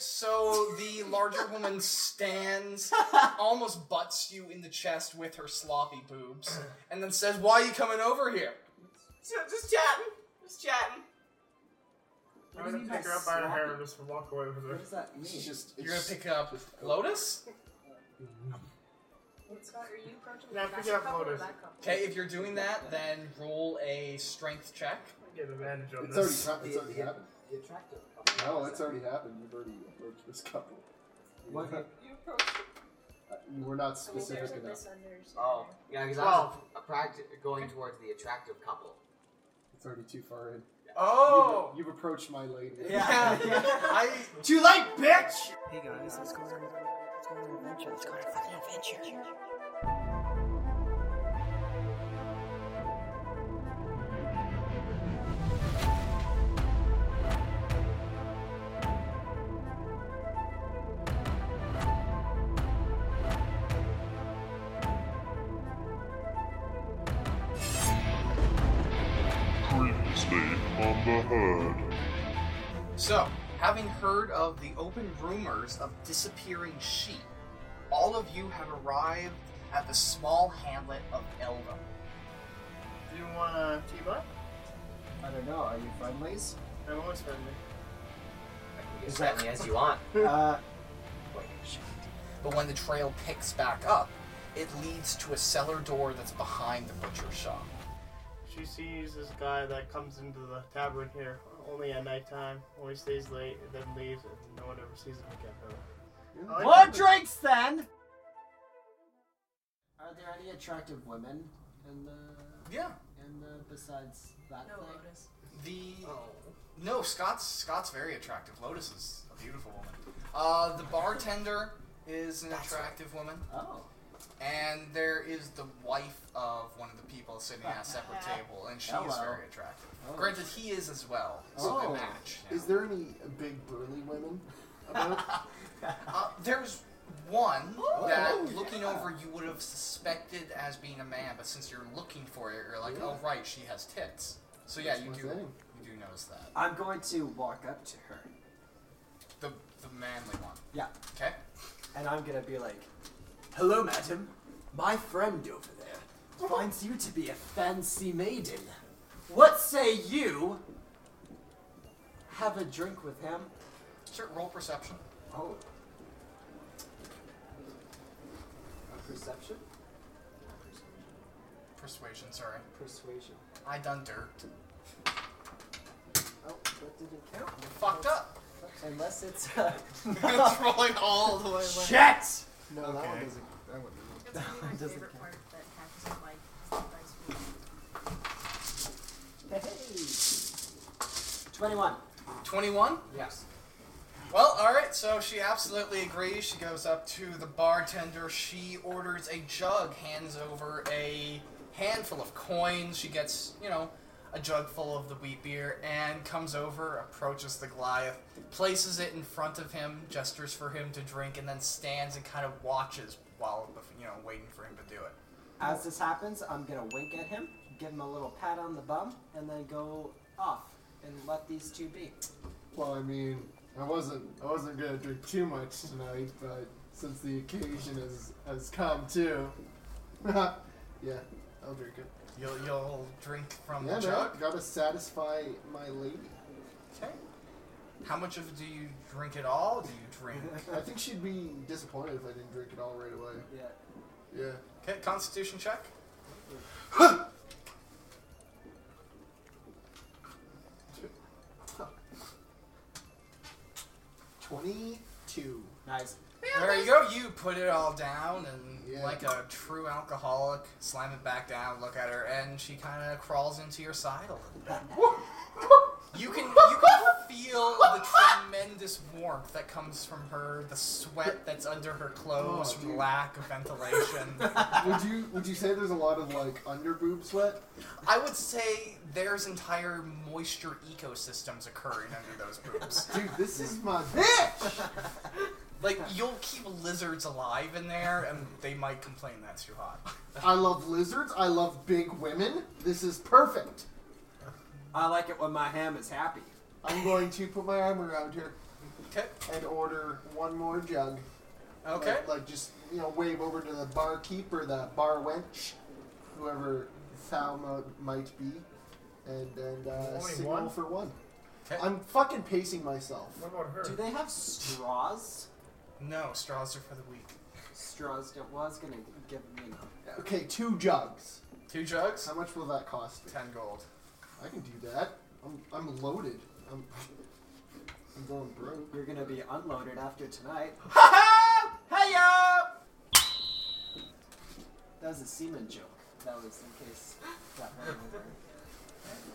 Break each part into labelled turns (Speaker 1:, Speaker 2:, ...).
Speaker 1: so the larger woman stands, almost butts you in the chest with her sloppy boobs, and then says, "Why are you coming over here?"
Speaker 2: So just chatting. Just chatting.
Speaker 3: I'm gonna pick her up by her hair and just walk away with her.
Speaker 4: What does that mean?
Speaker 1: She's just you're gonna pick up Lotus.
Speaker 5: Scott, are you approaching
Speaker 3: Yeah,
Speaker 5: the
Speaker 3: pick it
Speaker 5: faster
Speaker 3: up,
Speaker 5: couple or
Speaker 3: Lotus.
Speaker 5: that couple?
Speaker 1: Okay, if you're doing that, then roll a strength check.
Speaker 3: Get advantage on
Speaker 6: It's already,
Speaker 3: this.
Speaker 6: hap- it's already happened.
Speaker 4: The attractive couple.
Speaker 6: No, it's already happened. You've already approached this couple.
Speaker 4: What?
Speaker 5: You approach.
Speaker 6: Uh, You were not
Speaker 5: I mean,
Speaker 6: specific
Speaker 5: there's a
Speaker 6: enough.
Speaker 5: misunderstanding.
Speaker 4: Oh, yeah, because I was
Speaker 3: Twelve.
Speaker 4: practi- going towards the attractive couple.
Speaker 6: It's already too far in.
Speaker 2: Oh.
Speaker 6: You've, you've approached my lady.
Speaker 2: Yeah.
Speaker 1: I
Speaker 2: Too late, bitch.
Speaker 7: Hey guys, let's go on, let's go on an adventure. Let's go on a fucking adventure.
Speaker 8: Previously on the herd.
Speaker 1: So, having heard of the open rumors of disappearing sheep, all of you have arrived at the small hamlet of Elda.
Speaker 3: Do you want to team up?
Speaker 6: I don't know. Are you friendlies?
Speaker 3: I'm always friendly.
Speaker 4: As friendly as you want.
Speaker 6: uh,
Speaker 1: But when the trail picks back up, it leads to a cellar door that's behind the butcher shop.
Speaker 3: She sees this guy that comes into the tavern here only at nighttime, only stays late, and then leaves, and no one ever sees him again. ever. I like that.
Speaker 6: What drinks then? Are there any attractive women in the
Speaker 1: Yeah.
Speaker 6: in the uh, besides that
Speaker 5: No,
Speaker 6: thing?
Speaker 5: Lotus.
Speaker 1: The
Speaker 6: Oh.
Speaker 1: no Scott's Scott's very attractive. Lotus is a beautiful woman. Uh, the bartender is an attractive woman,
Speaker 6: Oh,
Speaker 1: and there is the wife of one of the people sitting at a separate table, and she is
Speaker 6: Hello.
Speaker 1: very attractive.
Speaker 6: Oh.
Speaker 1: Granted, he is as well, so they match. now.
Speaker 6: is there any big burly women about?
Speaker 1: Uh, there's one
Speaker 6: Oh,
Speaker 1: that
Speaker 6: yeah.
Speaker 1: looking over you would have suspected as being a man, but since you're looking for it, you're like, oh right, she has tits. So yeah,
Speaker 6: That's
Speaker 1: you
Speaker 6: my
Speaker 1: do
Speaker 6: thing.
Speaker 1: you do notice that
Speaker 4: I'm going to walk up to her.
Speaker 1: the the manly one.
Speaker 4: Yeah.
Speaker 1: Okay.
Speaker 4: And I'm gonna be like, Hello, madam. My friend over there finds you to be a fancy maiden. What say you? Have a drink with him.
Speaker 1: Sure. Roll perception.
Speaker 4: Oh. A perception?
Speaker 1: Persuasion. Sorry,
Speaker 4: Persuasion.
Speaker 1: I done dirt.
Speaker 4: Oh, that didn't count.
Speaker 1: You fucked up.
Speaker 4: Unless it's uh
Speaker 1: it's rolling all the way. away.
Speaker 4: Shit!
Speaker 6: No, that one
Speaker 3: Okay.
Speaker 6: doesn't. That one doesn't.
Speaker 5: That's gonna be my
Speaker 4: Doesn't
Speaker 5: favorite part that happens in life. is the dice roll.
Speaker 4: Twenty-one.
Speaker 1: Twenty-one.
Speaker 4: Yes.
Speaker 1: Well, all right. So she absolutely agrees. She goes up to the bartender. She orders a jug, hands over a handful of coins. She gets, you know, a jug full of the wheat beer, and comes over, approaches the Goliath, places it in front of him, gestures for him to drink, and then stands and kind of watches while, you know, waiting for him to do it.
Speaker 4: As this happens, I'm gonna wink at him, give him a little pat on the bum, and then go off and let these two be.
Speaker 6: Well, I mean, I wasn't. I wasn't gonna drink too much tonight, but since the occasion has has come too, yeah, I'll drink it.
Speaker 1: You'll you'll drink from
Speaker 6: Yeah,
Speaker 1: the
Speaker 6: man,
Speaker 1: jug.
Speaker 6: gotta satisfy my lady.
Speaker 1: Okay. How much of it do you drink at all? Do you drink?
Speaker 6: I think she'd be disappointed if I didn't drink it all right away.
Speaker 4: Yeah.
Speaker 6: Yeah.
Speaker 1: Okay, Constitution check.
Speaker 6: Twenty-two.
Speaker 4: Nice.
Speaker 1: There you go. You put it all down and,
Speaker 6: Yeah.
Speaker 1: like a true alcoholic, slam it back down. Look at her, and she kind of crawls into your side a little bit. You can you can feel the tremendous warmth that comes from her, the sweat that's under her clothes
Speaker 6: Oh,
Speaker 1: from the
Speaker 6: dude.
Speaker 1: lack of ventilation.
Speaker 6: would you would you say there's a lot of like under boob sweat?
Speaker 1: I would say there's entire moisture ecosystems occurring under those boobs.
Speaker 6: Dude, this is my bitch.
Speaker 1: Like you'll keep lizards alive in there, and they might complain that's too hot.
Speaker 6: I love lizards. I love big women. This is perfect.
Speaker 4: I like it when my ham is happy.
Speaker 6: I'm going to put my arm around her.
Speaker 1: Okay.
Speaker 6: and order one more jug.
Speaker 1: Okay.
Speaker 6: Like, like just you know wave over to the barkeep or the bar wench, whoever Thalma might be, and and uh,
Speaker 3: Only
Speaker 6: signal
Speaker 3: one?
Speaker 6: for one.
Speaker 1: Okay.
Speaker 6: I'm fucking pacing myself.
Speaker 3: What about her?
Speaker 4: Do they have straws?
Speaker 1: No, straws are for the weak.
Speaker 4: Straws. Don't, well, I was gonna give you know.
Speaker 6: Okay, two jugs.
Speaker 1: Two jugs.
Speaker 6: How much will that cost? me?
Speaker 1: Ten gold.
Speaker 6: I can do that. I'm, I'm loaded. I'm I'm going broke.
Speaker 4: You're gonna be unloaded after tonight.
Speaker 2: Ha ha! Hey yo!
Speaker 4: That was a semen joke. That was in case that went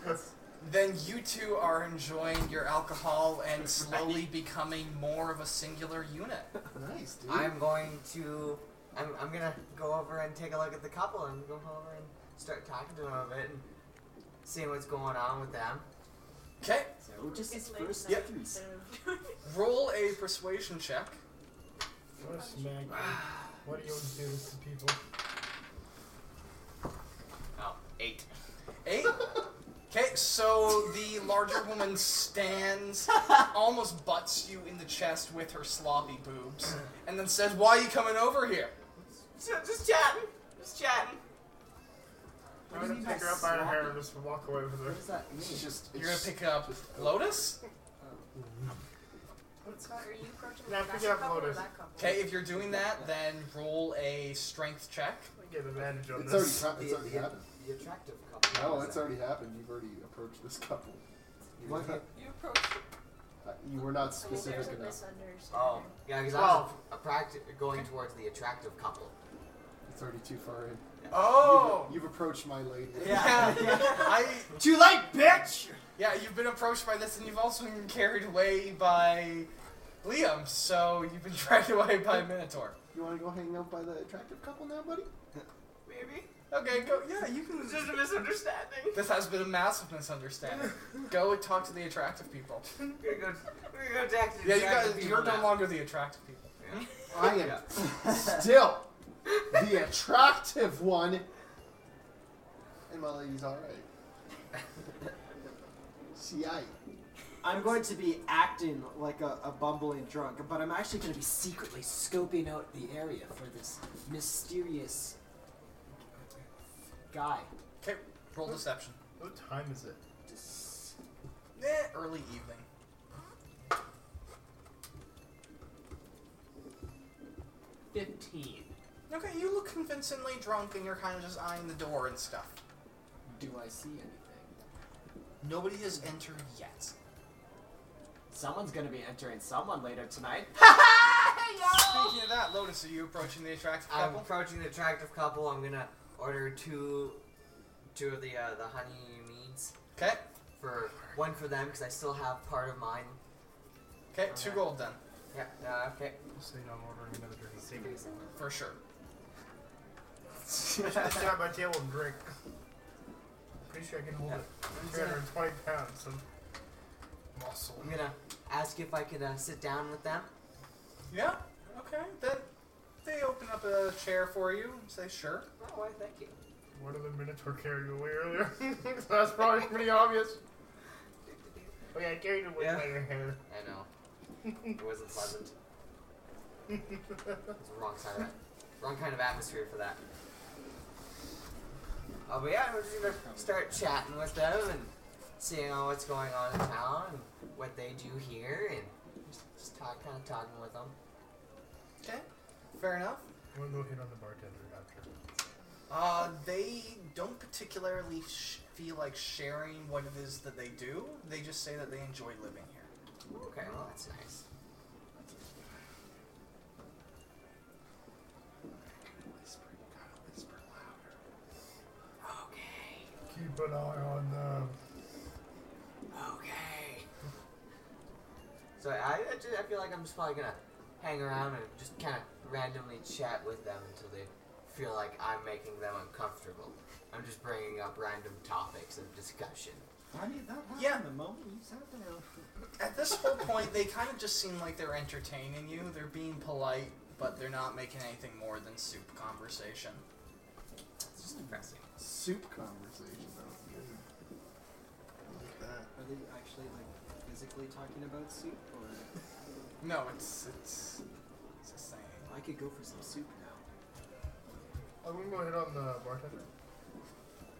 Speaker 4: over.
Speaker 1: Then you two are enjoying your alcohol and slowly becoming more of a singular unit.
Speaker 6: Nice, dude.
Speaker 9: I'm going to. I'm, I'm gonna go over and take a look at the couple and go over and start talking to them a bit and seeing what's going on with them.
Speaker 1: Okay.
Speaker 4: So just
Speaker 5: It's
Speaker 4: his
Speaker 5: late
Speaker 4: first
Speaker 5: tonight
Speaker 4: piece.
Speaker 5: instead of-
Speaker 1: Roll a persuasion check.
Speaker 3: What a smack. dude. What do you always do this to people?
Speaker 9: Oh, eight.
Speaker 1: Eight. Okay, so the larger woman stands, almost butts you in the chest with her sloppy boobs, and then says, "Why are you coming over here?"
Speaker 2: So just chatting. Just chatting.
Speaker 3: I'm
Speaker 4: What do
Speaker 3: gonna
Speaker 4: you mean
Speaker 3: pick
Speaker 4: by
Speaker 3: her up by her hair
Speaker 4: sloppy?
Speaker 3: and just walk away with her.
Speaker 4: What does that mean?
Speaker 6: It's just it's
Speaker 1: You're gonna pick up Lotus.
Speaker 5: Scott, are you approaching
Speaker 3: Nah,
Speaker 5: the
Speaker 3: pick
Speaker 5: fashion
Speaker 3: it up,
Speaker 5: couple or
Speaker 3: Lotus.
Speaker 5: that couple?
Speaker 1: Okay, if you're doing that, then roll a strength check.
Speaker 3: I get advantage on
Speaker 6: It's already,
Speaker 3: this.
Speaker 6: ha- it's
Speaker 4: The-
Speaker 6: already
Speaker 4: the-
Speaker 6: happened.
Speaker 4: The attractive couple.
Speaker 6: No,
Speaker 4: is
Speaker 6: it's
Speaker 4: that?
Speaker 6: already happened. You've already approached this couple. You,
Speaker 4: What?
Speaker 5: You approach the
Speaker 6: you were not
Speaker 5: couple, there's a
Speaker 6: specific enough.
Speaker 5: misunderstanding.
Speaker 9: Oh, yeah, because I was a, a practi- going towards the attractive couple.
Speaker 6: It's already too far in.
Speaker 1: Oh,
Speaker 6: You've approached my lady.
Speaker 1: yeah, I,
Speaker 2: Too late, bitch!
Speaker 1: yeah. You've been approached by this, and you've also been carried away by Liam. So you've been dragged away by Minotaur.
Speaker 6: You want to go hang out by the attractive couple now, buddy?
Speaker 2: Maybe.
Speaker 1: Okay, go. Yeah, you can.
Speaker 2: It's just a misunderstanding.
Speaker 1: This has been a massive misunderstanding. Go and talk to the attractive people.
Speaker 2: We're gonna go, we're gonna go talk to the
Speaker 1: Yeah, you
Speaker 2: attractive
Speaker 1: guys,
Speaker 2: people
Speaker 1: you're no
Speaker 2: now.
Speaker 1: longer the attractive people.
Speaker 6: I am still the attractive one, and my lady's all right. See, I
Speaker 4: I'm going to be acting like a, a bumbling drunk, but I'm actually going to be secretly scoping out the area for this mysterious guy.
Speaker 1: Okay, roll deception.
Speaker 3: What time is it?
Speaker 4: Just-
Speaker 1: Eh, early evening.
Speaker 9: Fifteen.
Speaker 1: Okay, you look convincingly drunk and you're kind of just eyeing the door and stuff.
Speaker 4: Do I see anything?
Speaker 1: Nobody has entered yet.
Speaker 4: Someone's going to be entering someone later tonight.
Speaker 1: Speaking of that, Lotus, are you approaching the attractive
Speaker 9: I'm
Speaker 1: couple?
Speaker 9: approaching the attractive couple. I'm gonna order two, two of the uh, the honey meads
Speaker 1: Okay,
Speaker 9: for one for them because I still have part of mine.
Speaker 1: okay, two gold then,
Speaker 9: Yeah. Uh, okay.
Speaker 3: Just say I'm ordering another drink.
Speaker 1: for sure.
Speaker 3: Just sit at my table and drink. Pretty sure I can hold it. 320 pounds of muscle.
Speaker 9: I'm gonna ask if I could uh, sit down with them.
Speaker 1: Yeah, okay, then they open up a chair for you and say, sure.
Speaker 9: Oh, I thank you.
Speaker 3: What did the Minotaur carry you away earlier? That's probably pretty obvious. Oh yeah, I carried it away
Speaker 9: Yeah.
Speaker 3: by your hair.
Speaker 9: I know. It wasn't pleasant. It was the wrong side of it. Wrong kind of atmosphere for that. Oh, but yeah, we're just gonna start chatting with them and seeing all what's going on in town and what they do here and just, just talk, kind of talking with them.
Speaker 1: Okay, fair enough.
Speaker 3: I'm gonna go hit on the bartender after.
Speaker 1: Uh, they don't particularly sh- feel like sharing what it is that they do. They just say that they enjoy living here.
Speaker 9: Okay, well, that's nice. Okay,
Speaker 3: Keep an eye on them.
Speaker 9: okay. So I, I, just, I feel like I'm just probably gonna hang around and just kind of randomly chat with them until they feel like I'm making them uncomfortable. I'm just bringing up random topics of discussion.
Speaker 4: I mean, that happened
Speaker 1: Yeah.
Speaker 4: the moment you sat down.
Speaker 1: At this whole point, they kind of just seem like they're entertaining you. They're being polite, but they're not making anything more than soup conversation.
Speaker 9: That's just depressing.
Speaker 6: soup conversation. That was good. I like that.
Speaker 4: Are they actually, like, physically talking about soup? Or
Speaker 1: No, it's it's it's a saying.
Speaker 4: I could go for some soup now.
Speaker 3: Oh,
Speaker 6: I wouldn't go hit on the bartender.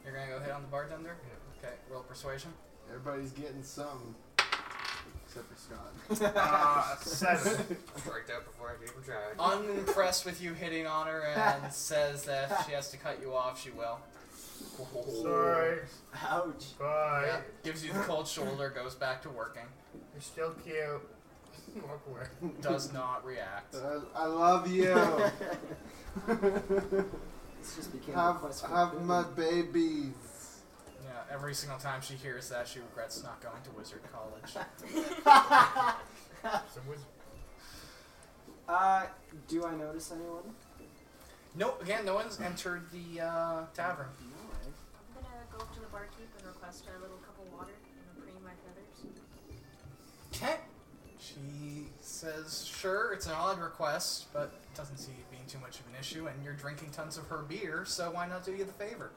Speaker 1: You're gonna go hit on the bartender.
Speaker 6: Yeah.
Speaker 1: Okay, roll persuasion.
Speaker 6: Everybody's getting something. Except for Scott.
Speaker 3: Ah, seven.
Speaker 9: I worked out before I could even try.
Speaker 1: Unimpressed with you hitting on her, and says that if she has to cut you off, she will.
Speaker 3: Sorry.
Speaker 4: Ouch.
Speaker 3: Bye.
Speaker 1: Yeah, gives you the cold shoulder, goes back to working,
Speaker 3: You're still cute. Walk away.
Speaker 1: does not react.
Speaker 6: I, I love you.
Speaker 4: This just became a
Speaker 6: have
Speaker 4: quest for
Speaker 6: have
Speaker 4: food.
Speaker 6: my babies.
Speaker 1: Yeah, every single time she hears that, she regrets not going to wizard college.
Speaker 3: Some wizard.
Speaker 4: Uh, do I notice anyone?
Speaker 1: No, again, no one's entered the uh, tavern.
Speaker 4: No. I-
Speaker 5: I'm gonna go up to the barkeep and request a little cup of water and a preen my feathers.
Speaker 1: Okay. She says, sure, it's an odd request, but doesn't see it being too much of an issue, and you're drinking tons of her beer, so why not do you the favor?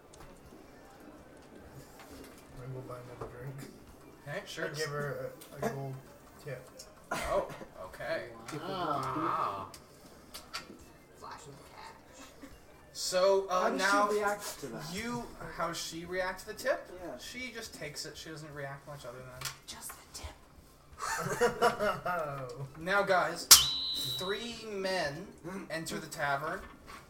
Speaker 3: I will buy another drink.
Speaker 1: Okay, sure.
Speaker 3: I give her a, a gold tip.
Speaker 1: Oh, okay.
Speaker 6: Wow.
Speaker 9: Wow. Flash of cash.
Speaker 1: So
Speaker 4: How
Speaker 1: uh,
Speaker 4: does
Speaker 1: now
Speaker 4: she react to that?
Speaker 1: you, how she react to the tip?
Speaker 4: Yeah.
Speaker 1: She just takes it. She doesn't react much other than
Speaker 5: Just the tip.
Speaker 3: Oh.
Speaker 1: now, guys. Three men enter the tavern,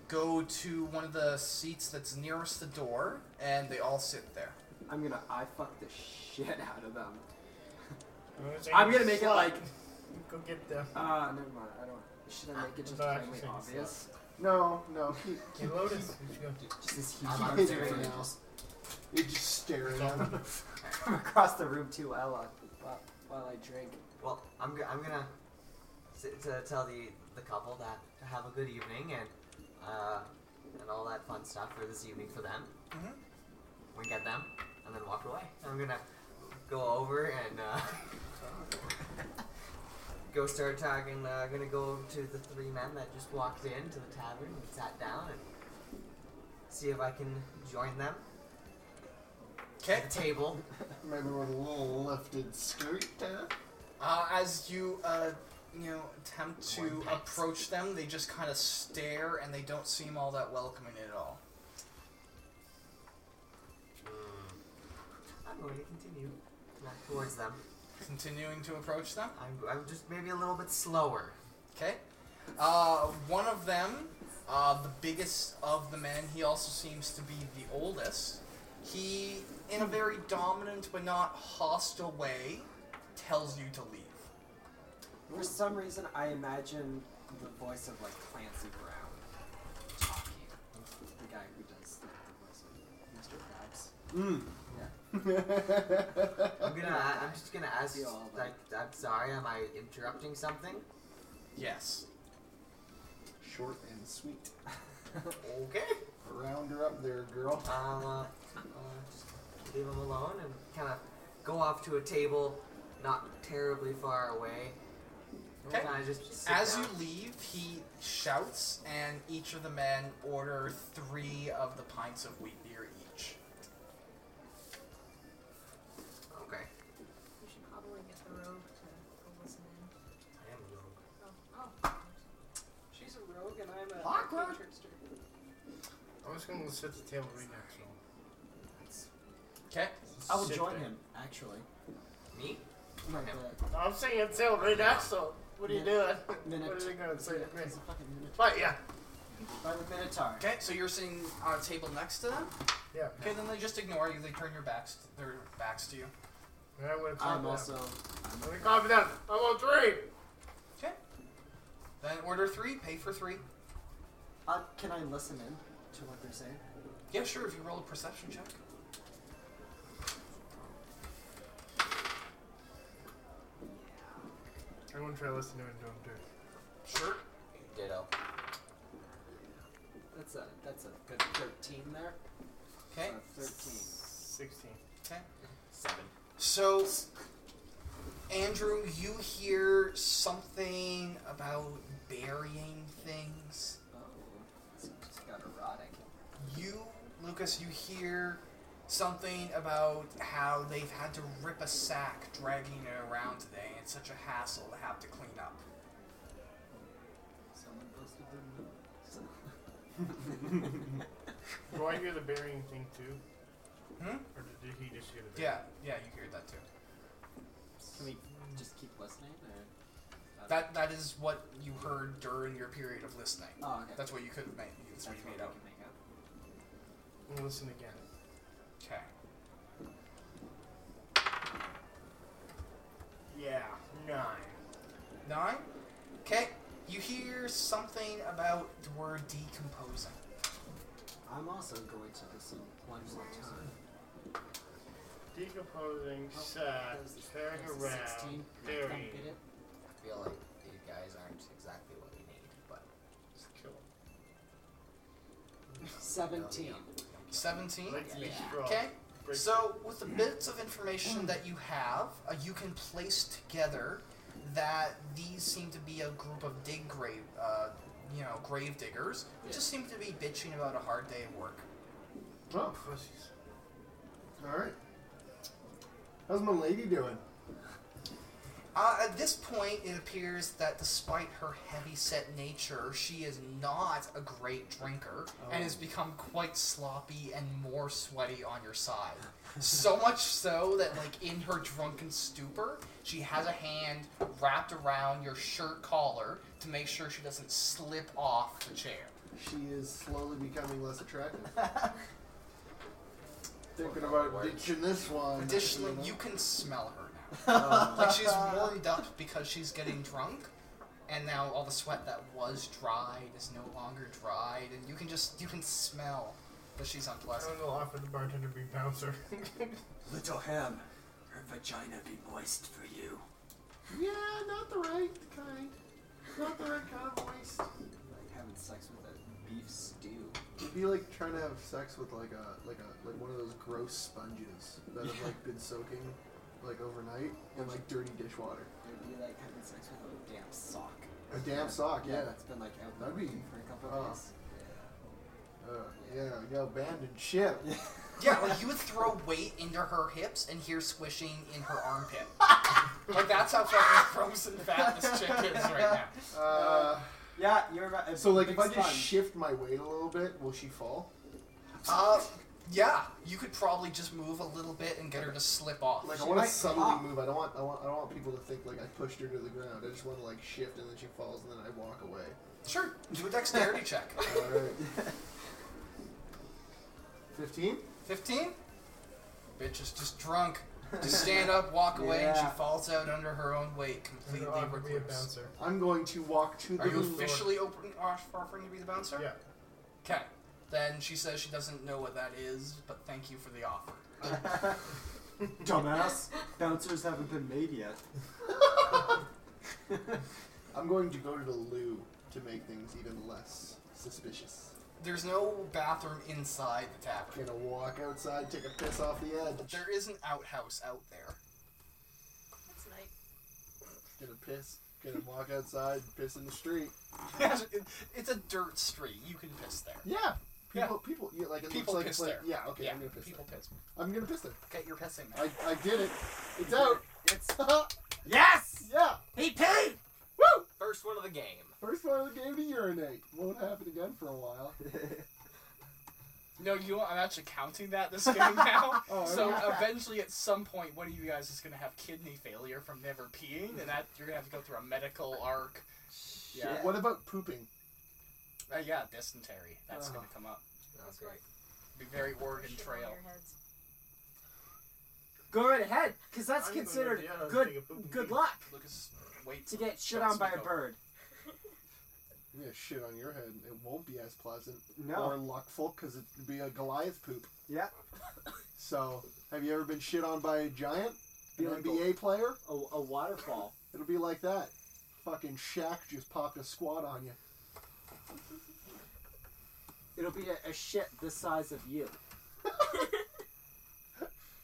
Speaker 1: go to one of the seats that's nearest the door, and they all sit there.
Speaker 4: I'm gonna I fuck the shit out of them. I'm gonna make it like
Speaker 3: Go get them.
Speaker 4: uh never mind. I don't. Should I make it just
Speaker 3: No, I
Speaker 4: plainly
Speaker 3: think it's
Speaker 4: obvious?
Speaker 6: No, no. Keep,
Speaker 3: Hey,
Speaker 6: keep,
Speaker 3: Lotus. you should go.
Speaker 4: Just this huge
Speaker 9: I'm
Speaker 4: monster
Speaker 9: staring
Speaker 4: and
Speaker 6: now.
Speaker 4: just
Speaker 6: you're just staring at him.
Speaker 4: from across the room to Ella while, while I drink.
Speaker 9: Well, I'm, go- I'm gonna s- to tell the the couple that to have a good evening and uh, and all that fun stuff for this evening for them.
Speaker 1: Mhm.
Speaker 9: Wink at them and then walk away. I'm gonna go over and uh, go start talking. Uh, gonna go to the three men that just walked in to the tavern and sat down and see if I can join them
Speaker 1: Okay.
Speaker 9: at the table.
Speaker 6: Maybe with a little lifted skirt. Huh?
Speaker 1: Uh, as you, uh, you know, attempt to
Speaker 9: One pack.
Speaker 1: approach them, they just kind of stare, and they don't seem all that welcoming at all.
Speaker 9: I'm going to continue not towards them.
Speaker 1: Continuing to approach them.
Speaker 9: I'm, I'm just maybe a little bit slower.
Speaker 1: Okay. Uh, one of them, uh, the biggest of the men, he also seems to be the oldest. He, in a
Speaker 9: Hmm.
Speaker 1: very dominant but not hostile way, tells you to leave.
Speaker 4: For some reason, I imagine the voice of like Clancy Brown talking. The guy who does like, the voice of Mr. Krabs.
Speaker 6: Mm.
Speaker 4: Yeah.
Speaker 9: I'm gonna. I- I'm just gonna ask.
Speaker 4: Yeah, all
Speaker 9: Like,
Speaker 4: that.
Speaker 9: I'm sorry. Am I interrupting something?
Speaker 1: Yes.
Speaker 6: Short and sweet.
Speaker 9: Okay.
Speaker 6: Round her up there, girl.
Speaker 9: I'll uh, uh, just leave him alone and kind of go off to a table, not terribly far away.
Speaker 1: Okay.
Speaker 9: Kind of just sit
Speaker 1: As you
Speaker 9: down.
Speaker 1: leave, he shouts, and each of the men order three of the pints of wheat beer each.
Speaker 9: Okay.
Speaker 5: We should probably get the rogue to go listen in.
Speaker 9: I am rogue.
Speaker 5: Oh, oh.
Speaker 2: She's a rogue and I'm a
Speaker 1: Awkward.
Speaker 2: trickster.
Speaker 3: I'm just gonna sit at the table right now.
Speaker 1: Okay.
Speaker 4: I will
Speaker 3: Sit
Speaker 4: join
Speaker 3: there.
Speaker 4: him actually.
Speaker 9: Me?
Speaker 4: Like uh,
Speaker 9: Yeah.
Speaker 4: the
Speaker 3: I'm sitting at the table right now. So what are you doing? What are
Speaker 4: minute.
Speaker 3: they gonna say to me?
Speaker 4: He's a fucking minute.
Speaker 3: But yeah,
Speaker 4: By the Minotaur.
Speaker 1: Okay, so you're sitting on a table next to them.
Speaker 3: yeah.
Speaker 1: Okay, then they just ignore you. They turn your backs, their backs to you.
Speaker 3: I would have
Speaker 4: I'm
Speaker 3: calmed
Speaker 4: Um, also.
Speaker 3: down. I'm gonna calm down. I want three.
Speaker 1: Okay. Then order three, pay for three.
Speaker 4: Uh, can I listen in to what they're saying?
Speaker 1: Yeah, sure, if you roll a perception check.
Speaker 3: I'm gonna try listening to him do it.
Speaker 1: Sure.
Speaker 9: Ditto.
Speaker 4: That's a that's a good thirteen there.
Speaker 1: Okay.
Speaker 4: Uh, Thirteen.
Speaker 3: Sixteen.
Speaker 1: Okay.
Speaker 9: Seven.
Speaker 1: So, Andrew, you hear something about burying things.
Speaker 4: Oh, it's just got erotic.
Speaker 1: You, Lucas, you hear something about how they've had to rip a sack dragging it around today. It's such a hassle to have to clean up.
Speaker 3: Do I hear the burying thing too?
Speaker 1: Hmm?
Speaker 3: Or did, did he just hear the
Speaker 1: Yeah, yeah, you hear that too.
Speaker 4: Can we just keep listening? Or?
Speaker 1: That that is what you heard during your period of listening.
Speaker 4: Oh, okay.
Speaker 1: That's what you could have made. That's what you made out.
Speaker 4: can make out.
Speaker 3: I'm gonna Listen again.
Speaker 1: Okay.
Speaker 3: Yeah, nine.
Speaker 1: Nine. Okay. You hear something about the word decomposing.
Speaker 4: I'm also going to listen one more time.
Speaker 3: Decomposing,
Speaker 4: Oh,
Speaker 3: sad,
Speaker 4: that was the-
Speaker 3: tearing
Speaker 4: that was the
Speaker 3: around,
Speaker 4: 16. Did I
Speaker 3: burying.
Speaker 4: get it?
Speaker 9: I feel like these guys aren't exactly what we need, but
Speaker 3: Just kill him.
Speaker 4: Seventeen.
Speaker 1: Seventeen.
Speaker 3: Like to be
Speaker 4: Yeah.
Speaker 3: strong.
Speaker 1: Okay.
Speaker 3: Break
Speaker 1: So, with the bits of information that you have, uh, you can place together that these seem to be a group of dig grave, uh, you know, grave diggers who just seem to be bitching about a hard day of work.
Speaker 6: Oh,
Speaker 3: pussies.
Speaker 6: alright. How's my lady doing?
Speaker 1: Uh, at this point, it appears that despite her heavy-set nature, she is not a great drinker and has become quite sloppy and more sweaty on your side. so much so that, like, in her drunken stupor, she has a hand wrapped around your shirt collar to make sure she doesn't slip off the chair.
Speaker 6: She is slowly becoming less attractive. Thinking about ditching this one.
Speaker 1: Additionally,
Speaker 6: know?
Speaker 1: you can smell her now.
Speaker 6: Um,
Speaker 1: Like she's warmed up because she's getting drunk, and now all the sweat that was dried is no longer dried, and you can just you can smell that she's
Speaker 3: I
Speaker 1: unpleasant.
Speaker 3: don't know. Offer the bartender to be bouncer.
Speaker 4: Little ham, her vagina be moist for you.
Speaker 6: yeah, not the right kind. Not the right kind of waste.
Speaker 4: Like having sex with a beef stew.
Speaker 6: It'd be like trying to have sex with like a like a like one of those gross sponges that have like been soaking like overnight in like dirty dishwater.
Speaker 4: It'd be like having sex with a damp sock.
Speaker 6: A damp sock, yeah.
Speaker 4: It's been like out in the
Speaker 6: That'd be-
Speaker 4: rain for a couple
Speaker 6: oh.
Speaker 4: of days.
Speaker 6: Uh, yeah, yo, abandoned ship.
Speaker 1: Yeah, like you would throw weight into her hips and hear swishing in her armpit. like that's how fucking frozen fat this chick is right now.
Speaker 6: Uh,
Speaker 4: Yeah, you're right.
Speaker 6: so like if I just shift my weight a little bit, will she fall?
Speaker 1: Uh, yeah, you could probably just move a little bit and get her to slip off.
Speaker 6: Like I
Speaker 4: She
Speaker 6: want to
Speaker 4: might
Speaker 6: subtly
Speaker 4: pop.
Speaker 6: move. I don't want I want I don't want people to think like I pushed her to the ground. I just want to like shift and then she falls and then I walk away.
Speaker 1: Sure, do a dexterity check.
Speaker 6: All right. Fifteen.
Speaker 1: Fifteen. Bitch is just drunk. Just stand up, walk away, and
Speaker 4: Yeah.
Speaker 1: she falls out under her own weight, completely
Speaker 3: Offer to be a
Speaker 1: recluse.
Speaker 3: bouncer.
Speaker 6: I'm going to walk to the.
Speaker 1: Are you
Speaker 6: door.
Speaker 1: officially open, off- offering to be the bouncer?
Speaker 3: Yeah.
Speaker 1: Okay. Then she says she doesn't know what that is, but thank you for the offer.
Speaker 4: Dumbass. Bouncers haven't been made yet.
Speaker 6: I'm going to go to the loo to make things even less suspicious.
Speaker 1: There's no bathroom inside the tavern.
Speaker 6: Gonna walk outside, take a piss off the edge.
Speaker 1: There is an outhouse out there.
Speaker 5: That's nice.
Speaker 6: Gonna piss. Gonna walk outside, piss in the street.
Speaker 1: It- it's a dirt street. You can piss there.
Speaker 6: Yeah. People, people, yeah, like it
Speaker 1: People
Speaker 6: looks like,
Speaker 1: piss
Speaker 6: like
Speaker 1: there.
Speaker 6: yeah, okay,
Speaker 1: yeah,
Speaker 6: I'm gonna piss
Speaker 1: people piss.
Speaker 6: there. I'm gonna piss there.
Speaker 1: Okay, you're pissing now.
Speaker 6: I, I did it. It's out.
Speaker 4: It's
Speaker 6: yes. Yeah.
Speaker 9: He paid.
Speaker 6: Woo!
Speaker 9: First one of the game.
Speaker 6: First part of the game to urinate. Won't happen again for a while.
Speaker 1: No, you. know what? I'm actually counting that this game now.
Speaker 6: Oh,
Speaker 1: so
Speaker 6: yeah.
Speaker 1: eventually, at some point, one of you guys is gonna have kidney failure from never peeing, and that you're gonna have to go through a medical arc. Yeah.
Speaker 6: What about pooping?
Speaker 1: Uh, yeah, dysentery. That's
Speaker 4: Uh-huh.
Speaker 1: gonna come up.
Speaker 9: That's great.
Speaker 1: Be very Oregon
Speaker 5: Shit on
Speaker 1: Trail.
Speaker 5: your heads.
Speaker 4: Go right ahead, because
Speaker 3: I'm
Speaker 4: that's
Speaker 3: gonna
Speaker 4: considered
Speaker 3: do the other thing
Speaker 4: good
Speaker 3: of pooping
Speaker 4: good
Speaker 3: people.
Speaker 4: luck
Speaker 1: Lucas, wait.
Speaker 4: to get shit on by a bird.
Speaker 6: Yeah, shit on your head. It won't be as pleasant or
Speaker 4: No.
Speaker 6: luckful because it'd be a Goliath poop.
Speaker 4: Yeah.
Speaker 6: So, have you ever been shit on by a giant? An
Speaker 4: Be like
Speaker 6: NBA player?
Speaker 4: A, a waterfall.
Speaker 6: It'll be like that. Fucking Shaq just popped a squat on you.
Speaker 4: It'll be a, a shit the size of you.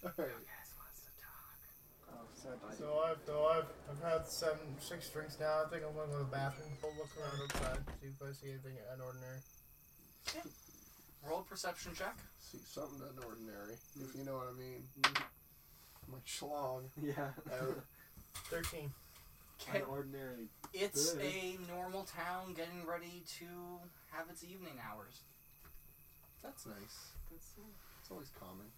Speaker 6: Alright.
Speaker 4: Oh, sorry, buddy.
Speaker 3: So I've, so I've, I've had seven, six drinks now. I think I'm gonna go to the bathroom. I'll look around outside, see if I see anything unordinary.
Speaker 1: Roll perception check.
Speaker 6: See, something unordinary, if
Speaker 4: Mm.
Speaker 6: you know what I mean.
Speaker 4: Mm-hmm.
Speaker 6: My schlong.
Speaker 4: Yeah.
Speaker 6: Out.
Speaker 3: Thirteen.
Speaker 1: Okay.
Speaker 4: An ordinary.
Speaker 1: It's
Speaker 4: Good.
Speaker 1: a normal town getting ready to have its evening hours.
Speaker 6: That's nice. That's, uh, it's always calming.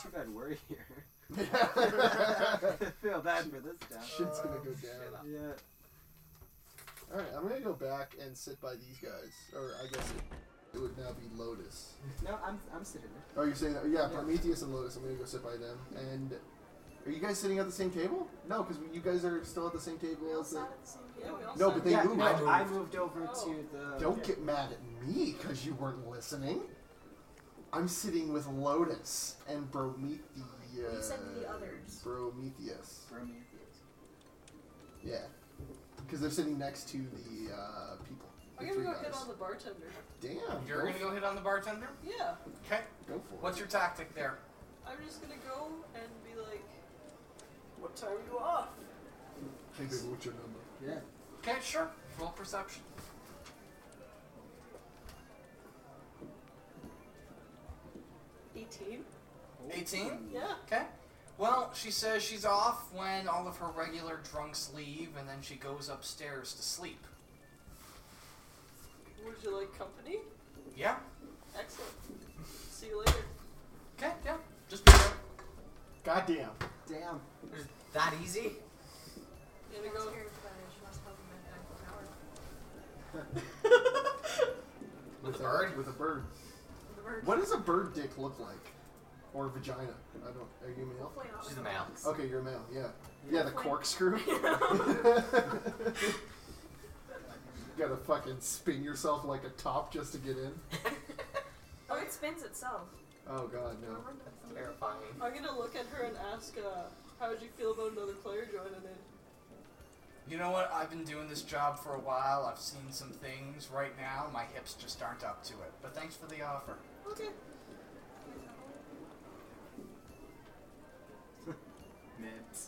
Speaker 10: Too bad we're here.
Speaker 6: Shit's
Speaker 10: Feel bad for this town.
Speaker 6: gonna
Speaker 4: Oh,
Speaker 6: go down.
Speaker 10: Yeah.
Speaker 6: All right, I'm gonna go back and sit by these guys, or I guess it, it would now be Lotus.
Speaker 10: No, I'm, I'm sitting there.
Speaker 6: Oh, you're saying that? Yeah,
Speaker 10: Yeah.
Speaker 6: Prometheus and Lotus. I'm gonna go sit by them. And are you guys sitting at the same table? No, because you guys are still at the same table.
Speaker 5: We all
Speaker 6: As the...
Speaker 5: sat at the same table.
Speaker 2: we
Speaker 6: No, but they
Speaker 10: yeah,
Speaker 6: moved.
Speaker 10: no, I
Speaker 6: I moved.
Speaker 10: moved over to the.
Speaker 6: Don't get mad at me because you weren't listening. I'm sitting with Lotus and Prometheus.
Speaker 5: You said the others.
Speaker 6: Prometheus.
Speaker 10: Prometheus.
Speaker 6: Yeah, because they're sitting next to the uh, people.
Speaker 2: I'm
Speaker 6: the
Speaker 2: gonna go
Speaker 6: three
Speaker 2: hit
Speaker 6: guys.
Speaker 2: on the bartender.
Speaker 6: Damn.
Speaker 1: You're gonna go hit on the bartender?
Speaker 2: Yeah,
Speaker 1: Okay.
Speaker 6: Go for it.
Speaker 1: What's your tactic there?
Speaker 2: I'm just gonna go and be like, what time are you off?
Speaker 6: Hey, baby, what's your number?
Speaker 10: Yeah.
Speaker 1: Okay, sure. Roll perception.
Speaker 2: Eighteen.
Speaker 1: 18?
Speaker 2: Yeah.
Speaker 1: Okay. Well, she says she's off when all of her regular drunks leave, and then she goes upstairs to sleep.
Speaker 2: Would you like company?
Speaker 1: Yeah?
Speaker 2: Excellent. See you later.
Speaker 1: Okay, yeah. Just be there.
Speaker 6: Goddamn.
Speaker 10: Damn.
Speaker 9: It's that easy?
Speaker 2: I'm gonna go.
Speaker 5: uh,
Speaker 6: With,
Speaker 9: a bird?
Speaker 6: With a bird. What does a bird dick look like? Or vagina? I don't. Are you male?
Speaker 9: She's a male.
Speaker 6: Okay, you're male. Yeah. Yeah, the
Speaker 5: Hopefully.
Speaker 6: corkscrew.
Speaker 5: Oh,
Speaker 6: you gotta fucking spin yourself like a top just to get in.
Speaker 5: Oh, it spins itself.
Speaker 6: Oh god, no.
Speaker 9: Terrifying.
Speaker 2: I'm gonna look at her and ask, uh, how would you feel about another player joining in?
Speaker 1: You know what? I've been doing this job for a while. I've seen some things. Right now, my hips just aren't up to it. But thanks for the offer.
Speaker 2: Okay.
Speaker 10: Mibs.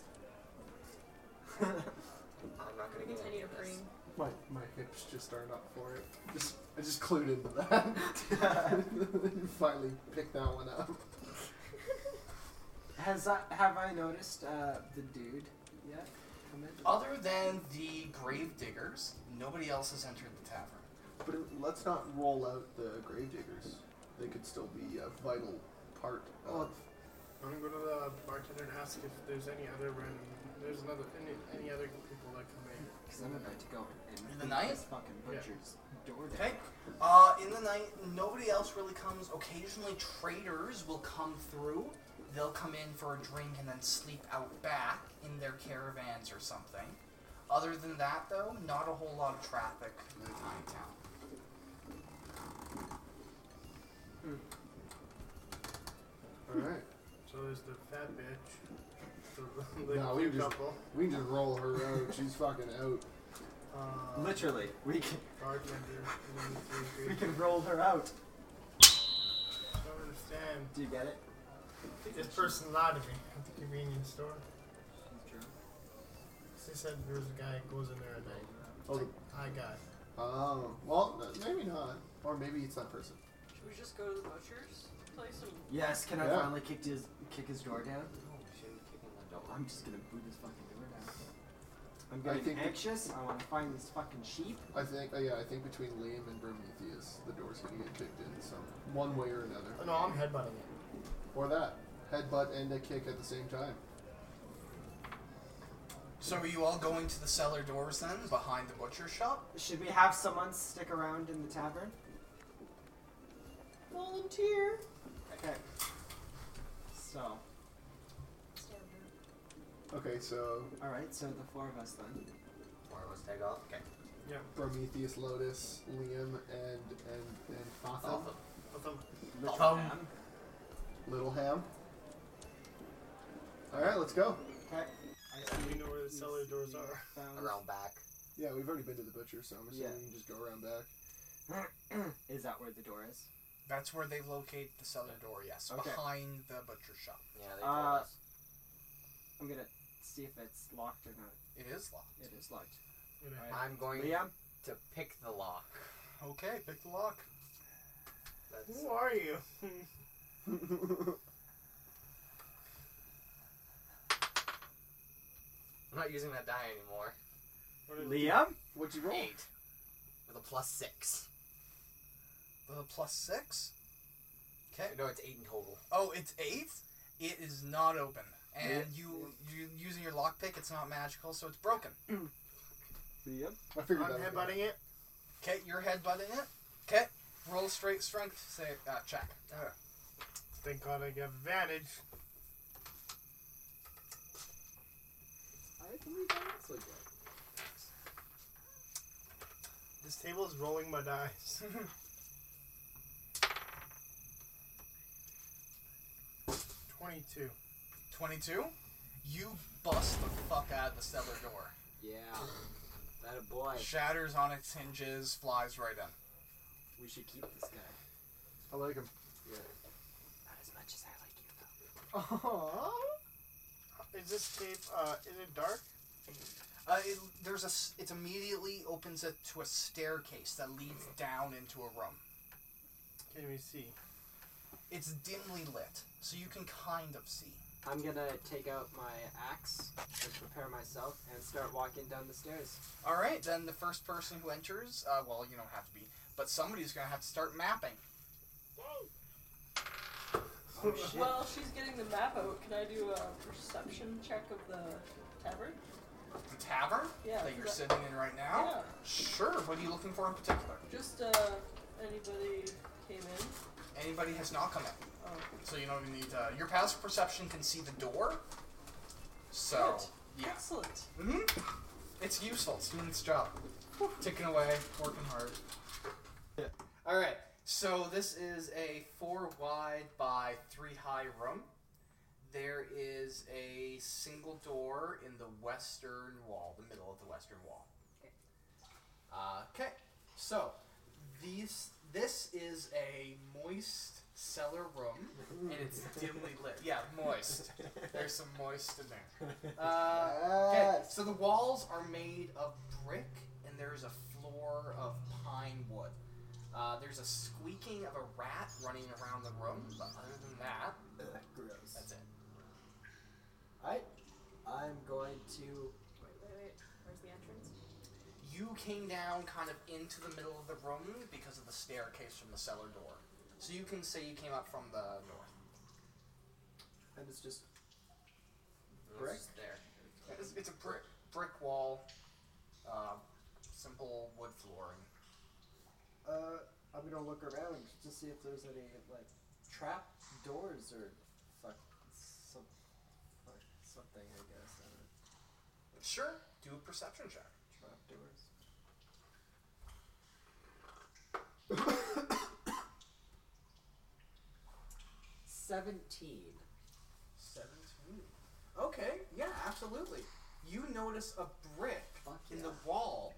Speaker 9: I'm not gonna get
Speaker 5: I
Speaker 9: any
Speaker 5: need a
Speaker 9: of this.
Speaker 5: cream.
Speaker 6: My my hips just aren't up for it. Just I just clued into that. You Finally picked that one up.
Speaker 10: Has I have I noticed uh, the dude yet? Come in.
Speaker 1: Other than the grave diggers, nobody else has entered the tavern.
Speaker 6: But it- let's not roll out the gravediggers. They could still be a vital part of.
Speaker 3: I'm gonna go to the bartender and ask if there's any other random. There's another any, any other people that come in.
Speaker 10: Because I'm about to go
Speaker 1: In
Speaker 10: and
Speaker 1: the night?
Speaker 10: this fucking butcher's door down.
Speaker 1: Okay? Uh, in the night, nobody else really comes. Occasionally, traders will come through. They'll come in for a drink and then sleep out back in their caravans or something. Other than that, though, not a whole lot of traffic in the night town.
Speaker 6: Alright.
Speaker 3: So there's the fat bitch, the, the
Speaker 6: No, we
Speaker 3: cute
Speaker 6: just-
Speaker 3: couple,
Speaker 6: We can just roll her out. She's fucking out.
Speaker 3: uh,
Speaker 10: Literally, we can
Speaker 3: bartender, and then the three
Speaker 10: we
Speaker 3: dudes.
Speaker 10: can roll her out.
Speaker 3: I don't understand.
Speaker 10: Do you get it?
Speaker 3: This person lied to me at the convenience store. They said there was a guy that goes in there at night.
Speaker 6: Oh, the-
Speaker 3: Hi, guy.
Speaker 6: oh. Well, no, maybe not. Or maybe it's that person.
Speaker 2: Should we just go to the butcher's? Play some.
Speaker 10: Yes. Can I
Speaker 6: Yeah.
Speaker 10: finally kick his kick his door down?
Speaker 9: Oh, she was kicking the door.
Speaker 10: I'm just gonna boot his fucking door down. I'm
Speaker 6: I
Speaker 10: getting
Speaker 6: think that-
Speaker 10: anxious. I want to find this fucking sheep.
Speaker 6: I think. Oh yeah, I think between Liam and Prometheus, the door's gonna get kicked in some one way or another.
Speaker 3: Oh, no, I'm headbutting it.
Speaker 6: Or that headbutt and a kick at the same time.
Speaker 1: So, are you all going to the cellar doors then, behind the butcher shop?
Speaker 10: Should we have someone stick around in the tavern?
Speaker 2: Volunteer!
Speaker 10: Okay. So,
Speaker 6: Okay, so
Speaker 10: all right. So the four of us then.
Speaker 9: Or was take off? Okay.
Speaker 6: Prometheus, Lotus, Liam, and and and Hotham,
Speaker 9: Awesome.
Speaker 3: What the-
Speaker 10: Little
Speaker 9: Um,
Speaker 10: man.
Speaker 6: Little Ham. All right, let's go.
Speaker 10: Okay.
Speaker 3: Yeah, we know where the cellar doors are.
Speaker 10: Found-
Speaker 9: Around back.
Speaker 6: Yeah, we've already been to the butcher, so I'm assuming
Speaker 10: Yeah.
Speaker 6: we can just go around back.
Speaker 10: Is that where the door is?
Speaker 1: That's where they locate the cellar door, yes,
Speaker 10: Okay.
Speaker 1: behind the butcher shop.
Speaker 9: Yeah, they told
Speaker 10: Uh,
Speaker 9: us.
Speaker 10: I'm gonna see if it's locked or not.
Speaker 1: It is locked.
Speaker 10: It is locked.
Speaker 3: Gonna-
Speaker 10: Alright.
Speaker 9: I'm going
Speaker 10: Liam,
Speaker 9: to pick the lock.
Speaker 1: Okay, pick the lock.
Speaker 9: That's
Speaker 3: Who are you?
Speaker 9: I'm not using that die anymore.
Speaker 3: What is-
Speaker 10: Liam,
Speaker 6: What'd you roll?
Speaker 9: Eight. With a plus six.
Speaker 1: uh, plus six. Okay.
Speaker 9: No, it's eight in total.
Speaker 1: Oh, it's eight. It is not open, and you you using your lockpick. It's not magical, so it's broken.
Speaker 10: Yep.
Speaker 6: I figured
Speaker 3: I'm
Speaker 6: that out.
Speaker 3: headbutting it.
Speaker 1: Okay, you're headbutting it. Okay, roll a straight strength save uh, check. Uh,
Speaker 3: Thank God I get advantage.
Speaker 10: I believe that's like that.
Speaker 3: This table is rolling my dice. Twenty-two.
Speaker 1: Twenty-two. You bust the fuck out of the cellar door.
Speaker 4: Yeah. That a boy.
Speaker 1: Shatters on its hinges, flies right in.
Speaker 4: We should keep this guy.
Speaker 6: I like him.
Speaker 4: Not as much as I like you, though.
Speaker 6: Oh.
Speaker 3: Is this tape? Uh, is it dark?
Speaker 1: Uh, it, there's a. s- It immediately opens it to a staircase that leads down into a room.
Speaker 3: Can we see?
Speaker 1: It's dimly lit, so you can kind of see.
Speaker 4: I'm gonna take out my axe and prepare myself and start walking down the stairs.
Speaker 1: All right, then the first person who enters. Uh, well, you don't have to be, but somebody's gonna have to start mapping.
Speaker 4: Oh shit.
Speaker 2: Well, she's getting the map out. Can I do a perception check of the tavern?
Speaker 1: The tavern
Speaker 2: Yeah,
Speaker 1: that you're
Speaker 2: that-
Speaker 1: sitting in right now.
Speaker 2: Yeah.
Speaker 1: Sure. What are you looking for in particular?
Speaker 2: Just uh, anybody came in.
Speaker 1: Anybody has not come in,
Speaker 2: Oh,
Speaker 1: so you don't even need. Uh, your passive perception can see the door. So
Speaker 2: good.
Speaker 1: yeah.
Speaker 2: Excellent.
Speaker 1: hmm It's useful. It's doing its job. Ticking away, working hard. All right. So this is a four wide by three high room. There is a single door in the western wall, the middle of the western wall. Uh, Okay. so these this is a moist cellar room, and it's dimly lit. Yeah, moist. There's some moist in there. Uh, Okay,
Speaker 6: Yes.
Speaker 1: so the walls are made of brick, and there's a floor of pine wood. Uh, there's a squeaking of a rat running around the room, but other than that,
Speaker 4: Ugh, gross.
Speaker 1: that's it.
Speaker 4: Alright. I'm going to.
Speaker 5: Wait, wait, wait. Where's the entrance?
Speaker 1: You came down kind of into the middle of the room because of the staircase from the cellar door. So you can say you came up from the north.
Speaker 4: And it's just.
Speaker 9: It's
Speaker 4: Brick?
Speaker 9: just there.
Speaker 1: It's, it's a brick brick wall, uh, simple wood flooring.
Speaker 4: Uh, I'm gonna look around to see if there's any like trap doors or fuck some fuck something. I guess I don't know.
Speaker 1: Sure, do a perception check.
Speaker 4: trap doors. Seventeen.
Speaker 1: 17. Okay, yeah, absolutely. You notice a brick
Speaker 4: Fuck
Speaker 1: in
Speaker 4: yeah.
Speaker 1: the wall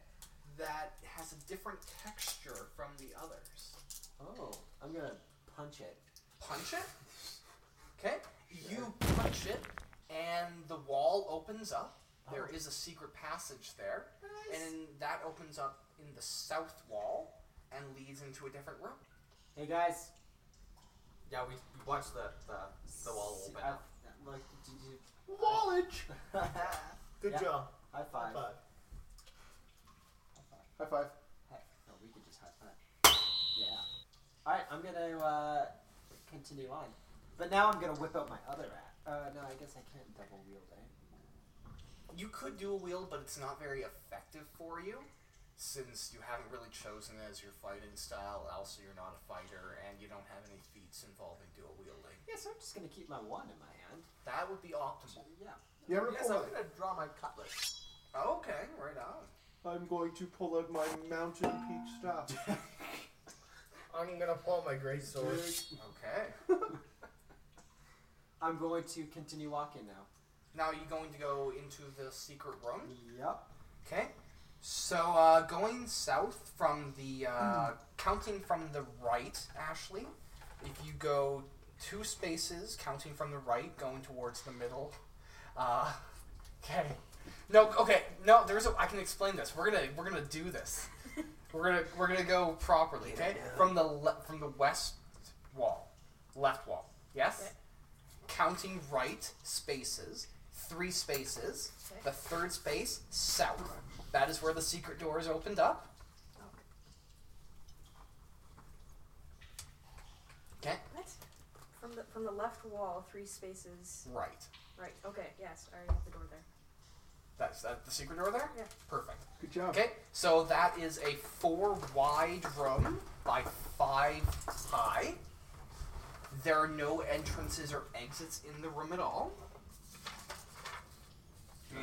Speaker 1: that has a different texture from the others.
Speaker 4: Oh, I'm gonna punch it.
Speaker 1: Punch it? Okay, you punch it, and the wall opens up. There
Speaker 4: Oh.
Speaker 1: is a secret passage there, and that opens up in the south wall and leads into a different room.
Speaker 4: Hey guys,
Speaker 9: Yeah, we, we watched the, the, the wall
Speaker 4: See,
Speaker 9: open
Speaker 4: I-
Speaker 9: up.
Speaker 4: Look, did you?
Speaker 6: Wallage.
Speaker 3: Good
Speaker 4: Yeah.
Speaker 3: job.
Speaker 4: High
Speaker 3: High
Speaker 4: five.
Speaker 3: five.
Speaker 6: High five.
Speaker 4: Hey, no, we could just high five. Yeah. All right, I'm gonna uh, continue on, but now I'm gonna whip out my other app. Uh, no, I guess I can't double wield eh? it.
Speaker 1: You could do a wheel, but it's not very effective for you, since you haven't really chosen it as your fighting style. Also, you're not a fighter, and you don't have any feats involving dual wielding.
Speaker 4: Yeah, so I'm just gonna keep my wand in my hand.
Speaker 1: That would be optimal.
Speaker 4: Yeah.
Speaker 6: Yeah, I'm gonna
Speaker 9: Yes,
Speaker 6: pull
Speaker 9: I'm
Speaker 6: out.
Speaker 9: gonna draw my cutlass.
Speaker 1: Okay, right on.
Speaker 6: I'm going to pull out my mountain peak staff.
Speaker 3: I'm gonna pull out my great sword.
Speaker 1: Okay.
Speaker 4: I'm going to continue walking now.
Speaker 1: Now you're going to go into the secret room.
Speaker 4: Yep.
Speaker 1: Okay. So uh, going south from the uh, counting from the right, Ashley. If you go two spaces, counting from the right, going towards the middle. Uh, okay. No. Okay. No. There's a. I can explain this. We're gonna. We're gonna do this. We're gonna. We're gonna go properly. Okay. From the le- from the west wall, left wall. Yes. Counting right spaces. Three spaces.
Speaker 5: Okay.
Speaker 1: The third space south. That is where the secret door is opened up. Okay.
Speaker 5: What? From the from the left wall, three spaces.
Speaker 1: Right.
Speaker 5: Right. Okay. Yes. I already have the door there.
Speaker 1: That's that the secret door there?
Speaker 5: Yeah.
Speaker 1: Perfect.
Speaker 6: Good job.
Speaker 1: Okay, so that is a four wide room by five high. There are no entrances or exits in the room at all.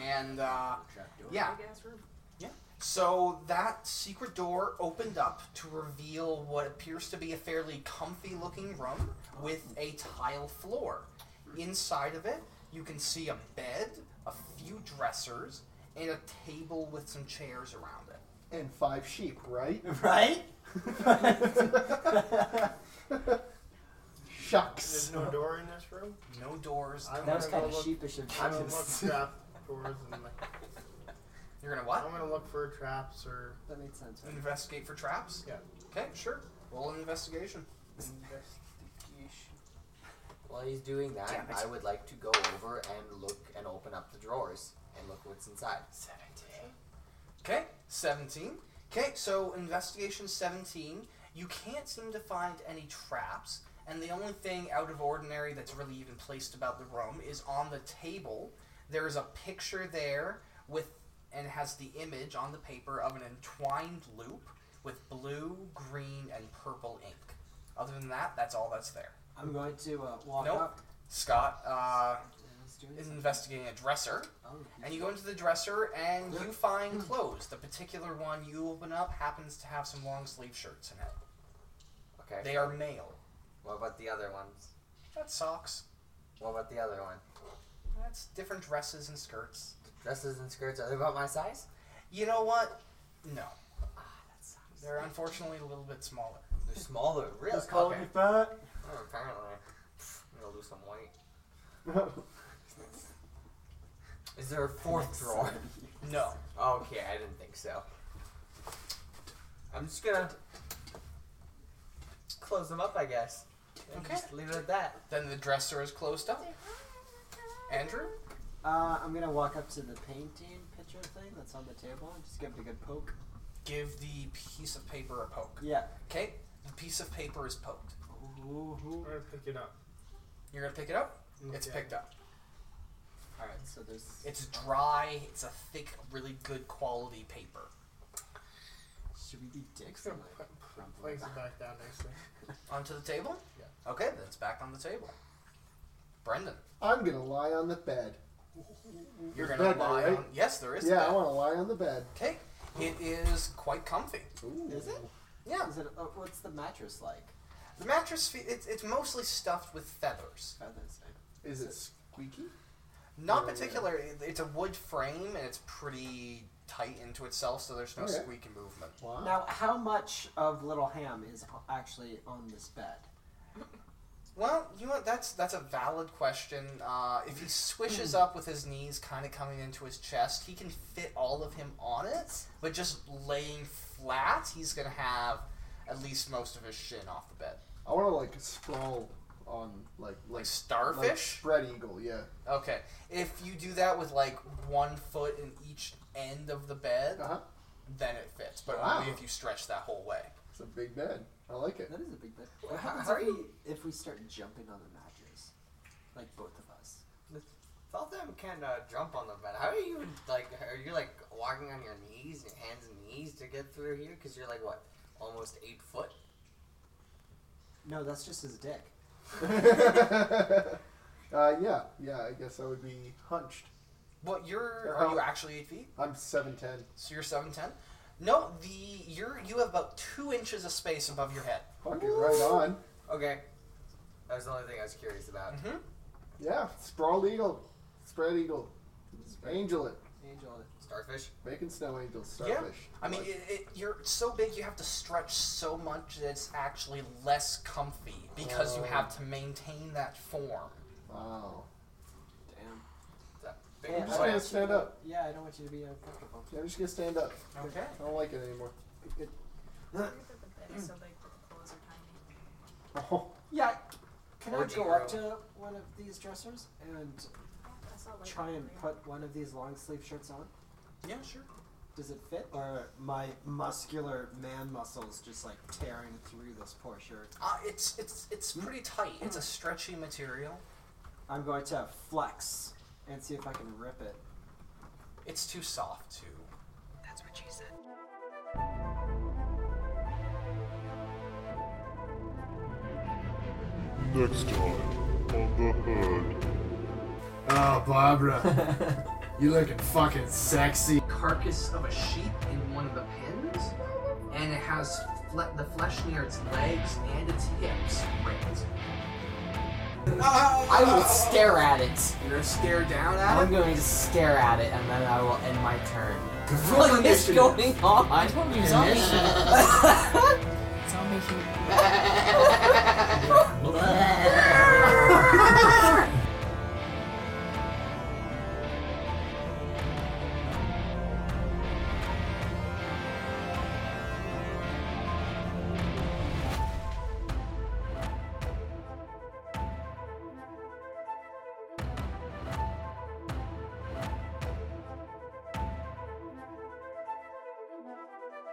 Speaker 1: And, uh, yeah.
Speaker 5: Big ass room.
Speaker 1: So that secret door opened up to reveal what appears to be a fairly comfy looking room with a tile floor. Inside of it, you can see a bed, a few dressers, and a table with some chairs around it.
Speaker 6: And five sheep, right?
Speaker 4: Right?
Speaker 6: Shucks.
Speaker 3: There's no door in this room.
Speaker 1: No doors.
Speaker 3: I'm
Speaker 4: That was
Speaker 3: gonna
Speaker 4: kind of
Speaker 3: go look-
Speaker 4: sheepish of
Speaker 3: I'm gonna
Speaker 4: you.
Speaker 3: look trap doors and like,
Speaker 1: You're gonna
Speaker 3: I'm
Speaker 1: what?
Speaker 3: gonna look for traps or
Speaker 10: That makes sense. Right?
Speaker 1: Investigate for traps?
Speaker 3: Yeah.
Speaker 1: Okay, sure. Roll an investigation.
Speaker 9: While he's doing that,
Speaker 1: Damn it.
Speaker 9: I would like to go over and look and open up the drawers and look what's inside.
Speaker 1: 17. Okay, 17. Okay, so investigation 17. You can't seem to find any traps, and the only thing out of ordinary that's really even placed about the room is on the table. There is a picture there with and has the image on the paper of an entwined loop with blue, green, and purple ink. Other than that, that's all that's there.
Speaker 4: I'm going to uh, walk
Speaker 1: Nope.
Speaker 4: up.
Speaker 1: Scott uh,
Speaker 4: Let's do
Speaker 1: is
Speaker 4: this.
Speaker 1: investigating a dresser.
Speaker 4: Oh.
Speaker 1: And you go into the dresser and you find clothes. The particular one you open up happens to have some long sleeve shirts in it.
Speaker 9: Okay.
Speaker 1: They are male.
Speaker 9: What about the other ones?
Speaker 1: That's socks.
Speaker 9: What about the other one?
Speaker 1: That's different dresses and skirts.
Speaker 9: Dresses and skirts are they about my size?
Speaker 1: You know what? No.
Speaker 9: Ah, that sucks.
Speaker 1: They're unfortunately a little bit smaller.
Speaker 9: They're smaller, really.
Speaker 4: Just calling me fat.
Speaker 9: Oh, apparently, I'm gonna lose some weight. Is there a fourth drawer?
Speaker 1: No.
Speaker 9: Okay, I didn't think so. I'm just gonna close them up, I guess. And
Speaker 1: Okay.
Speaker 9: Just leave it at that.
Speaker 1: Then the dresser is closed up. Andrew?
Speaker 4: Uh, I'm gonna walk up to the painting picture thing that's on the table and just give it a good poke.
Speaker 1: Give the piece of paper a poke.
Speaker 4: Yeah.
Speaker 1: Okay? The piece of paper is poked.
Speaker 3: I'm gonna pick it up.
Speaker 1: You're gonna pick it up? It's
Speaker 3: Okay.
Speaker 1: picked up.
Speaker 4: All right. So there's.
Speaker 1: It's dry, it's a thick, really good quality paper.
Speaker 4: Should we be dicks?
Speaker 3: Just gonna put, place it back down next to it.
Speaker 1: Onto the table? Yeah. Okay, then it's back on the table. Brendan,
Speaker 6: I'm gonna lie on the bed.
Speaker 1: you're
Speaker 6: There's
Speaker 1: gonna
Speaker 6: bed there,
Speaker 1: lie
Speaker 6: right?
Speaker 1: on. Yes, there is. a
Speaker 6: Yeah,
Speaker 1: bed.
Speaker 6: I want to lie on the bed.
Speaker 1: Okay, it is quite comfy.
Speaker 4: Is it?
Speaker 1: Yeah,
Speaker 4: Is it? Uh, what's the mattress like?
Speaker 1: the mattress. Fe- it's it's mostly stuffed with feathers.
Speaker 4: Feathers.
Speaker 6: Is it squeaky?
Speaker 1: Not
Speaker 6: Yeah, yeah.
Speaker 1: particular. it- It's a wood frame and it's pretty tight into itself, so there's no
Speaker 6: Okay.
Speaker 1: squeaky movement.
Speaker 6: Wow.
Speaker 4: Now, how much of Little Ham is o- actually on this bed?
Speaker 1: Well, you know what, that's that's a valid question. Uh, if he swishes
Speaker 6: Hmm.
Speaker 1: up with his knees kind of coming into his chest, he can fit all of him on it. But just laying flat, he's gonna have at least most of his shin off the bed.
Speaker 6: I want to like sprawl on like
Speaker 1: Like
Speaker 6: like like
Speaker 1: starfish.
Speaker 6: spread eagle. Yeah.
Speaker 1: Okay, if you do that with like one foot in each end of the bed,
Speaker 6: Uh huh.
Speaker 1: then it fits. But
Speaker 6: Wow.
Speaker 1: only if you stretch that whole way.
Speaker 6: It's a big bed. I like it.
Speaker 4: That is a big bed. What
Speaker 9: How-
Speaker 4: happens
Speaker 9: how
Speaker 4: if
Speaker 9: are
Speaker 4: we, if we start jumping on the mattress? Like both of us.
Speaker 9: Both of them can uh, jump on the bed. How are you even, like? Are you like walking on your knees, your hands and knees to get through here? Cause you're like what, almost eight foot.
Speaker 4: No, that's just his dick.
Speaker 6: uh, yeah, yeah. I guess I would be hunched.
Speaker 1: Well, you're
Speaker 6: Or
Speaker 1: are
Speaker 6: how-
Speaker 1: you actually eight feet?
Speaker 6: I'm seven ten.
Speaker 1: So you're seven ten. No, the you're you have about two inches of space above your head.
Speaker 6: Fuck it, right on.
Speaker 9: Okay, that was the only thing I was curious about.
Speaker 1: Mm-hmm.
Speaker 6: Yeah, sprawl eagle, spread eagle, angel it,
Speaker 4: Angel.
Speaker 9: Starfish.
Speaker 6: making snow angels,
Speaker 1: Yeah.
Speaker 6: starfish.
Speaker 1: I mean, it, it, you're so big you have to stretch so much that it's actually less comfy because you have to maintain that form.
Speaker 6: wow.
Speaker 4: Damn.
Speaker 9: It's a big
Speaker 4: Yeah,
Speaker 6: I'm just
Speaker 9: boy.
Speaker 6: gonna stand up.
Speaker 4: Yeah, I don't want you to be uncomfortable.
Speaker 6: Yeah, I'm just gonna stand up.
Speaker 1: Okay.
Speaker 6: I don't like it anymore.
Speaker 4: Good.
Speaker 5: I wonder if the bed is so big that the clothes are tiny.
Speaker 6: Oh,
Speaker 4: Yeah. Can I
Speaker 9: Orgy
Speaker 4: go up
Speaker 9: girl.
Speaker 4: to one of these dressers and
Speaker 5: I saw like
Speaker 4: try and
Speaker 5: yeah.
Speaker 4: put one of these long sleeve shirts on?
Speaker 1: Yeah, sure.
Speaker 4: Does it fit, or are my muscular man muscles just like tearing through this poor shirt?
Speaker 1: Uh, it's it's it's pretty tight. It's a stretchy material.
Speaker 4: I'm going to flex and see if I can rip it.
Speaker 1: It's too soft too.
Speaker 7: That's what she said.
Speaker 8: Next time on the hood.
Speaker 6: Oh, Barbara. you looking fucking sexy.
Speaker 1: Carcass of a sheep in one of the pins, and it has fle- the flesh near its legs and its hips ripped.
Speaker 11: I will stare at it.
Speaker 1: You're gonna stare down at
Speaker 11: I'm
Speaker 1: it.
Speaker 11: going to stare at it and then I will end my turn.
Speaker 1: for
Speaker 11: What is
Speaker 1: initiative.
Speaker 11: going on?
Speaker 1: I told you zombie.
Speaker 11: Zombie.